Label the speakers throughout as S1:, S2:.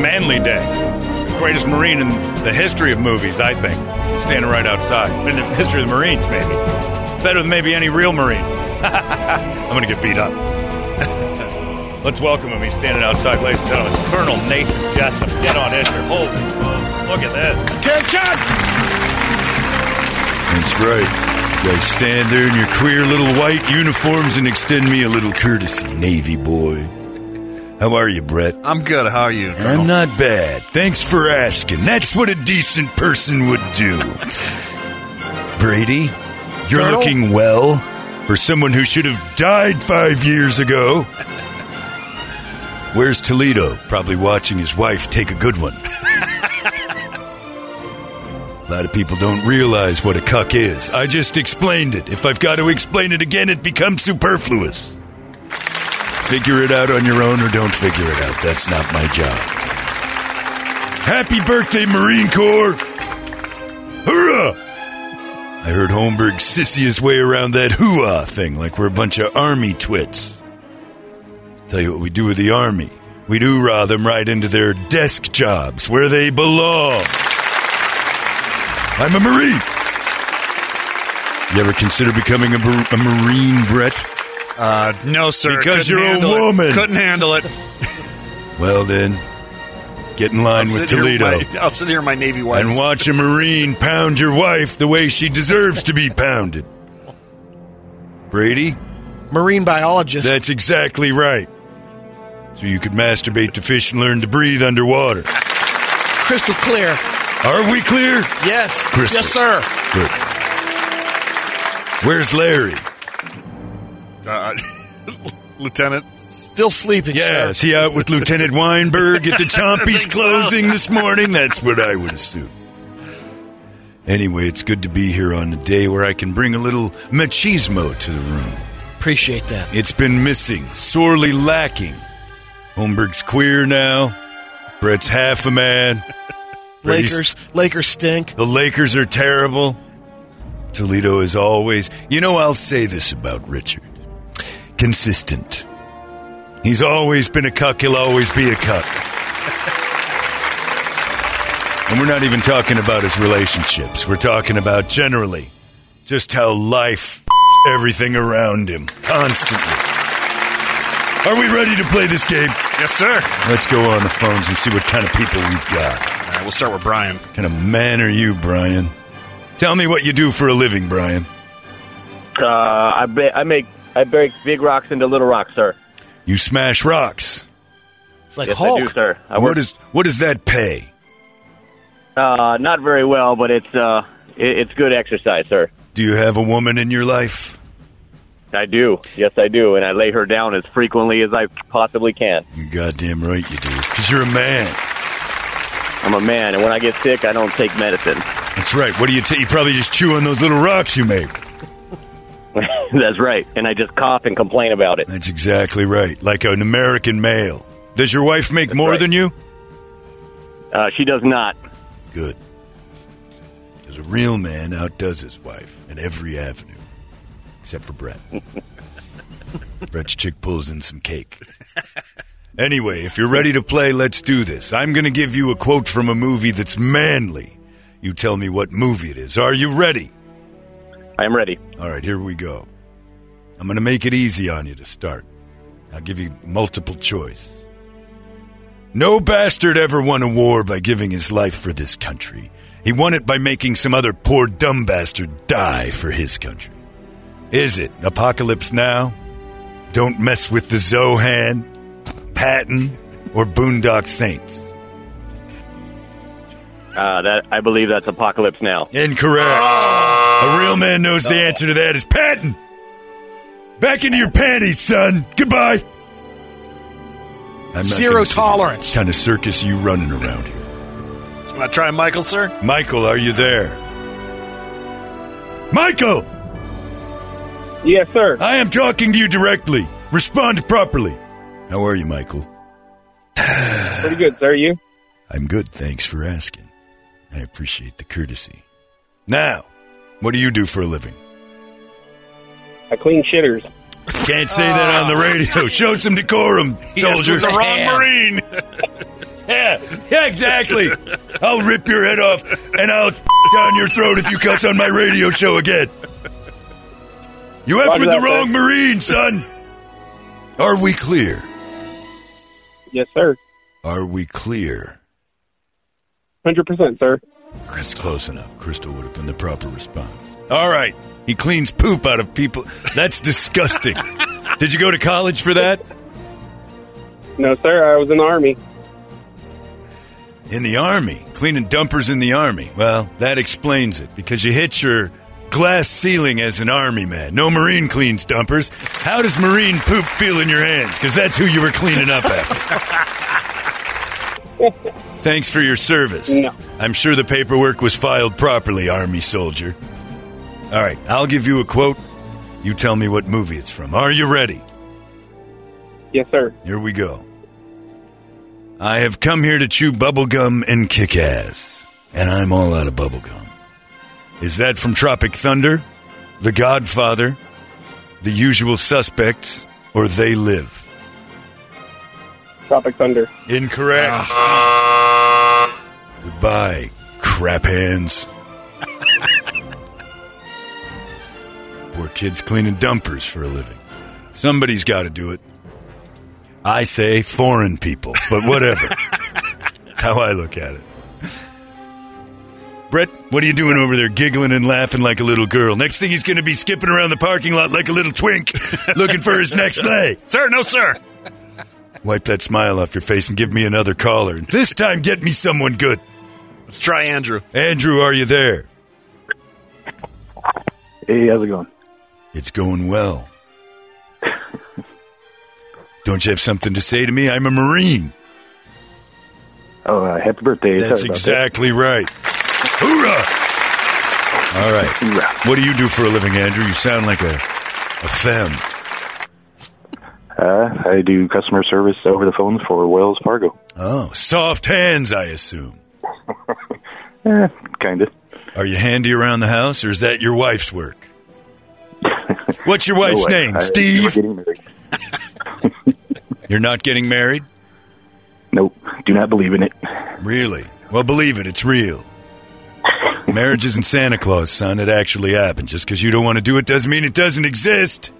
S1: Manly Day. Greatest Marine in the history of movies, I think. Standing right outside. In the history of the Marines, maybe. Better than maybe any real Marine. I'm going to get beat up. Let's welcome him. He's standing outside, ladies and gentlemen. It's Colonel Nathan Jessup. Get on in here. Holy smokes. Look at this.
S2: That's right. You guys stand there in your queer little white uniforms and extend me a little courtesy, Navy boy. How are you, Brett?
S3: I'm good. How are you?
S2: I'm not bad. Thanks for asking. That's what a decent person would do. Brady, you're
S3: Colonel?
S2: looking well for someone who should have died five years ago. Where's Toledo? Probably watching his wife take a good one. a lot of people don't realize what a cuck is. I just explained it. If I've got to explain it again, it becomes superfluous. Figure it out on your own or don't figure it out. That's not my job. Happy birthday, Marine Corps! Hoorah! I heard Holmberg sissy his way around that hooah thing like we're a bunch of army twits. Tell you what we do with the army. We'd hoorah them right into their desk jobs where they belong. I'm a Marine. You ever consider becoming a, mar- a Marine, Brett?
S3: Uh, no, sir.
S2: Because
S3: Couldn't
S2: you're a
S3: handle it.
S2: woman.
S3: Couldn't handle it.
S2: Well, then, get in line with
S3: sit here
S2: Toledo.
S3: my- I'll sit here in my Navy whites.
S2: and watch a Marine pound your wife the way she deserves to be pounded. Brady,
S4: marine biologist.
S2: that's exactly right. So you could masturbate to fish and learn to breathe underwater.
S4: Crystal clear.
S2: Are we clear?
S4: Yes.
S2: Crystal.
S4: Yes, sir.
S2: Good. Where's Larry?
S3: Uh, Lieutenant.
S4: Still sleeping,
S2: Yeah,
S4: sir.
S2: is he out with Lieutenant Weinberg at the Chompy's
S3: think so.
S2: closing this morning? That's what I would assume. Anyway, it's good to be here on a day where I can bring a little machismo to the room.
S4: Appreciate that.
S2: It's been missing, sorely lacking. Holmberg's queer now. Brett's half a man. Brady's-
S4: Lakers. Lakers stink.
S2: The Lakers are terrible. Toledo is always. You know, I'll say this about Richard consistent. He's always been a cuck. He'll always be a cuck. and we're not even talking about his relationships. We're talking about generally just how life everything around him constantly. Are we ready to play this game?
S3: Yes, sir.
S2: Let's go on the phones and see what kind of people we've got
S3: All right, we'll start with Brian.
S2: kind of man are you, Brian? Tell me what you do for a living, Brian.
S5: Uh, I ba- I make I break big rocks into little rocks, sir.
S2: You smash rocks.
S4: It's like
S5: Yes, I do,
S4: Hulk.
S5: sir. I
S2: What
S5: work
S2: is what does that pay?
S5: uh, not very well, but it's uh, it, it's good exercise, sir.
S2: Do you have a woman in your life?
S5: I do, yes, I do, and I lay her down as frequently as I possibly can.
S2: You goddamn right you do. Cause you're a man.
S5: I'm a man, and when I get sick, I don't take medicine.
S2: That's right. What do you take? You probably just chew on those little rocks you make.
S5: That's right, and I just cough and complain about it.
S2: That's exactly right. Like an American male. Does your wife make more
S5: right.
S2: than you?
S5: Uh, she does not.
S2: Good. Because a real man outdoes his wife in every avenue, except for Brett. French chick pulls in some cake. anyway, if you're ready to play, let's do this. I'm going to give you a quote from a movie that's manly. You tell me what movie it is. Are you ready?
S5: I am ready.
S2: All right, here we go. I'm going to make it easy on you to start. I'll give you multiple choice. No bastard ever won a war by giving his life for this country. He won it by making some other poor dumb bastard die for his country. Is it Apocalypse Now? Don't mess with the Zohan, Patton, or Boondock Saints?
S5: Uh, that I believe that's Apocalypse Now.
S2: Incorrect. a real man knows the answer to that is Patton. Back into your panties, son. Goodbye. I'm
S4: Zero tolerance.
S2: Kind of circus you running around here.
S3: Can I try Michael, sir?
S2: Michael, are you there? Michael,
S5: Yes, sir.
S2: I am talking to you directly. Respond properly. How are you, Michael?
S5: Pretty good, sir. You?
S2: I'm good, thanks for asking. I appreciate the courtesy. Now, what do you do for a living?
S5: I clean shitters.
S2: Can't say that
S5: Oh.
S2: on the radio. Show some decorum, soldier.
S3: with the wrong
S2: marine. yeah, yeah, exactly. I'll rip your head off and I'll down your throat if you cuss on my radio show again. You effed
S5: Roger
S2: with the
S5: that,
S2: wrong
S5: sir.
S2: marine, son. Are we clear?
S5: Yes, sir.
S2: Are we clear?
S5: Hundred percent, sir.
S2: That's close enough. Crystal would have been the proper response. All right. He cleans poop out of people. That's disgusting. Did you go to college for that?
S5: No, sir. I was in the army.
S2: In the army, cleaning dumpers in the army. Well, that explains it because you hit your glass ceiling as an army man. No marine cleans dumpers. How does marine poop feel in your hands? Because that's who you were cleaning up after. Thanks for your service.
S5: No.
S2: I'm sure the paperwork was filed properly, army soldier. All right, I'll give you a quote. You tell me what movie it's from. Are you ready?
S5: Yes, sir.
S2: Here we go. I have come here to chew bubblegum and kick ass, and I'm all out of bubblegum. Is that from Tropic Thunder, The Godfather, The Usual Suspects, or They Live?
S5: Tropic Thunder.
S2: Incorrect. Goodbye, crap hands. Poor kids cleaning dumpers for a living. Somebody's got to do it. I say foreign people, but whatever. That's how I look at it. Brett, what are you doing over there giggling and laughing like a little girl? Next thing he's going to be skipping around the parking lot like a little twink looking for his next lay.
S3: Sir, no, sir.
S2: Wipe that smile off your face and give me another caller. This time, get me someone good.
S3: Let's try Andrew.
S2: Andrew, are you there?
S5: Hey, how's it going?
S2: It's going well. Don't you have something to say to me? I'm a Marine.
S5: Oh, uh, happy birthday.
S2: That's exactly right. Hoorah! All right. What do you do for a living, Andrew? You sound like a, a femme.
S5: Uh, I do customer service over the phone for Wells Fargo.
S2: Oh, soft hands, I assume.
S5: Eh, kind of.
S2: Are you handy around the house, or is that your wife's work? What's your wife's name? Steve? You're not getting married?
S5: Nope. Do not believe in it.
S2: Really? Well, believe it, it's real. Marriage isn't Santa Claus, son. It actually happened. Just because you don't want to do it doesn't mean it doesn't exist.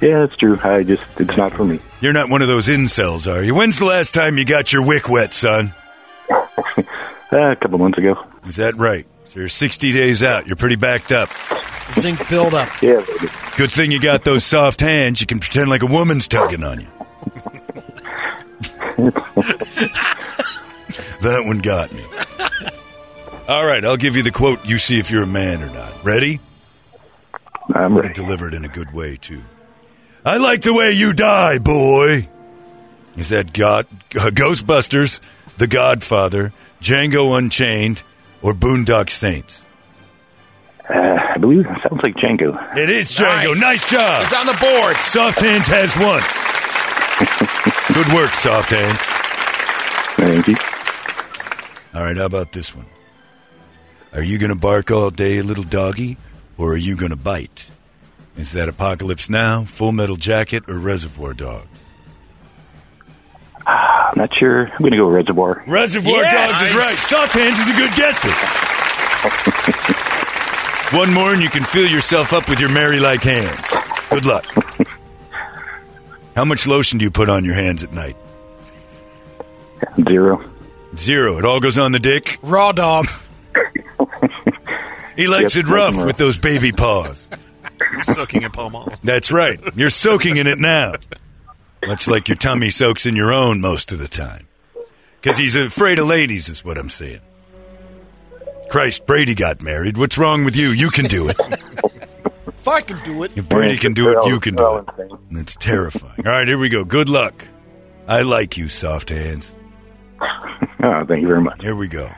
S5: Yeah, that's true. I just, it's not for me.
S2: You're not one of those incels, are you? When's the last time you got your wick wet, son?
S5: Uh, a couple months ago.
S2: Is that right? So you're 60 days out. You're pretty backed up.
S4: Zinc buildup.
S5: Yeah.
S2: Good thing you got those soft hands. You can pretend like a woman's tugging on you. that one got me. All right, I'll give you the quote. You see if you're a man or not. Ready?
S5: I'm ready.
S2: Delivered in a good way, too. I like the way you die, boy. Is that God, uh, Ghostbusters, The Godfather, Django Unchained, or Boondock Saints?
S5: Uh, I believe it sounds like Django.
S2: It is Django. Nice, job.
S4: It's on the board.
S2: Soft Hands has one. Good work, Soft Hands.
S5: Thank you.
S2: All right, how about this one? Are you going to bark all day, little doggy, or are you going to bite? Is that Apocalypse Now, Full Metal Jacket, or Reservoir Dogs?
S5: I'm not sure. I'm going to go Reservoir.
S2: Reservoir
S1: Yes!
S2: Dogs is right. Sawpans is a good guesser. One more and you can fill yourself up with your merry like hands. Good luck. How much lotion do you put on your hands at night?
S5: Zero.
S2: Zero. It all goes on the dick.
S4: Raw dog.
S2: He likes
S5: Yep,
S2: it rough
S5: nothing wrong.
S2: with those baby paws.
S3: Soaking in palm oil.
S2: That's right. You're soaking in it now. Much like your tummy soaks in your own most of the time. Because he's afraid of ladies, is what I'm saying. Christ, Brady got married. What's wrong with you? You can do it.
S4: If I can do it,
S2: If Brady can do it, you can do it. And it's terrifying. All right, here we go. Good luck. I like you, soft hands.
S5: Oh, thank you very much.
S2: Here we go.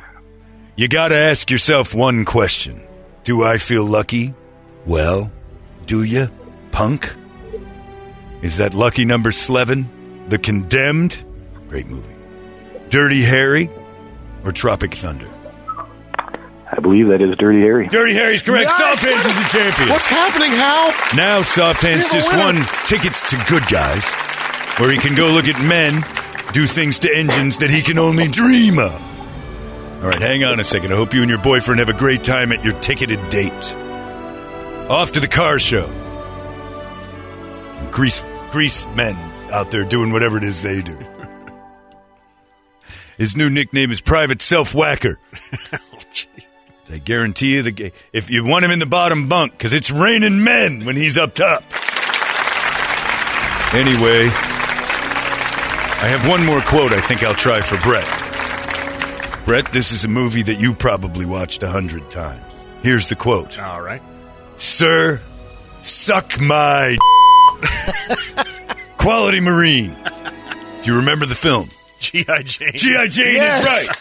S2: You got to ask yourself one question Do I feel lucky? Well, do you, punk? Is that lucky number 11? The Condemned? Great movie. Dirty Harry? Or Tropic Thunder?
S5: I believe that is Dirty Harry.
S2: Dirty Harry's correct.
S4: Yes!
S2: Soft Hands is the champion.
S4: what's happening, Hal?
S2: Now Soft Hands
S4: We have a
S2: just won
S4: winner.
S2: tickets to Good Guys, where he can go look at men do things to engines that he can only dream of. All right, hang on a second. I hope you and your boyfriend have a great time at your ticketed date. Off to the car show. Grease, grease men out there doing whatever it is they do. His new nickname is Private Self Whacker. I guarantee you, the ga- if you want him in the bottom bunk, because it's raining men when he's up top. Anyway, I have one more quote I think I'll try for Brett. Brett, this is a movie that you probably watched a hundred times. Here's the quote
S3: All right.
S2: Sir, suck my. Quality Marine. Do you remember the film?
S3: G.I. Jane.
S2: G.I. Jane
S4: Yes.
S2: is right.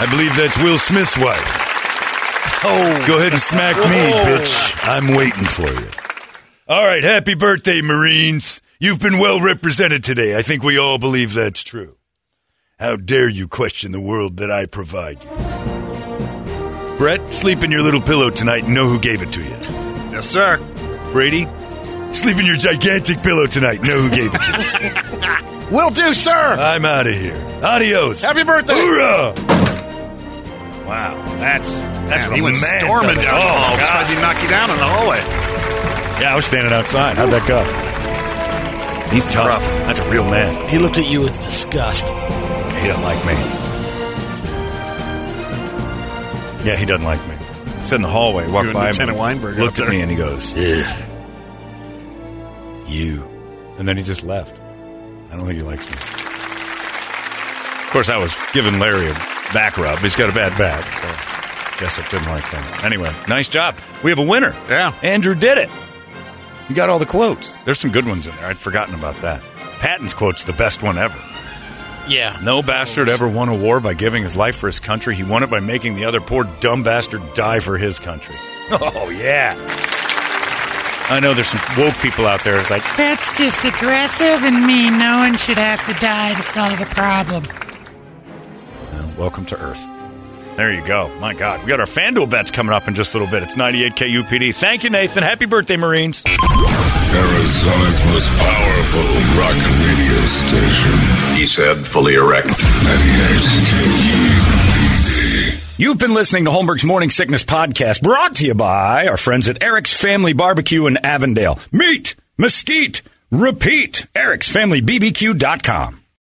S2: I believe that's Will Smith's wife.
S4: Oh,
S2: Go ahead and smack me,
S4: Whoa.
S2: bitch. I'm waiting for you. All right, happy birthday, Marines. You've been well represented today. I think we all believe that's true. How dare you question the world that I provide you? Brett, sleep in your little pillow tonight and know who gave it to you.
S3: yes, sir.
S2: Brady, sleep in your gigantic pillow tonight. Know who gave it to you.
S4: will do, sir.
S2: I'm out of here. Adios.
S4: Happy birthday.
S2: Hoorah! Wow.
S3: That's that's
S2: what
S3: he
S2: a
S3: went
S2: man's
S3: storming
S2: up.
S3: down.
S2: Oh,
S3: the hall. I'm
S2: God.
S3: surprised he knocked you down in the hallway.
S2: Yeah, I was standing outside. How'd that go? He's tough. That's a real man.
S4: He looked at you with disgust.
S2: He doesn't like me. Yeah, he doesn't like me. Sat in the hallway, walked
S3: You're
S2: by
S3: Lieutenant
S2: him,
S3: Weinberg
S2: looked
S3: out
S2: at
S3: there.
S2: me, and he goes, "Ugh, you." And then he just left. I don't think he likes me. Of course, I was giving Larry a back rub. He's got a bad back, so Jessup didn't like that. Anyway, nice job. We have a winner.
S3: Yeah.
S2: Andrew did it. You got all the quotes. There's some good ones in there. I'd forgotten about that. Patton's quote's the best one ever.
S4: Yeah.
S2: No bastard ever won a war by giving his life for his country. He won it by making the other poor dumb bastard die for his country. Oh, yeah. I know there's some woke people out there. It's like,
S6: That's just aggressive and mean. No one should have to die to solve a problem.
S2: well, welcome to Earth. There you go. My God. We got our FanDuel bets coming up in just a little bit. It's 98 KUPD. Thank you, Nathan. Happy birthday, Marines.
S7: Arizona's most powerful rock radio station. He said, fully erect. 98 KUPD.
S1: You've been listening to Holmberg's Morning Sickness Podcast, brought to you by our friends at Eric's Family Barbecue in Avondale. Meet, mesquite, repeat, ericsfamilybbq.com.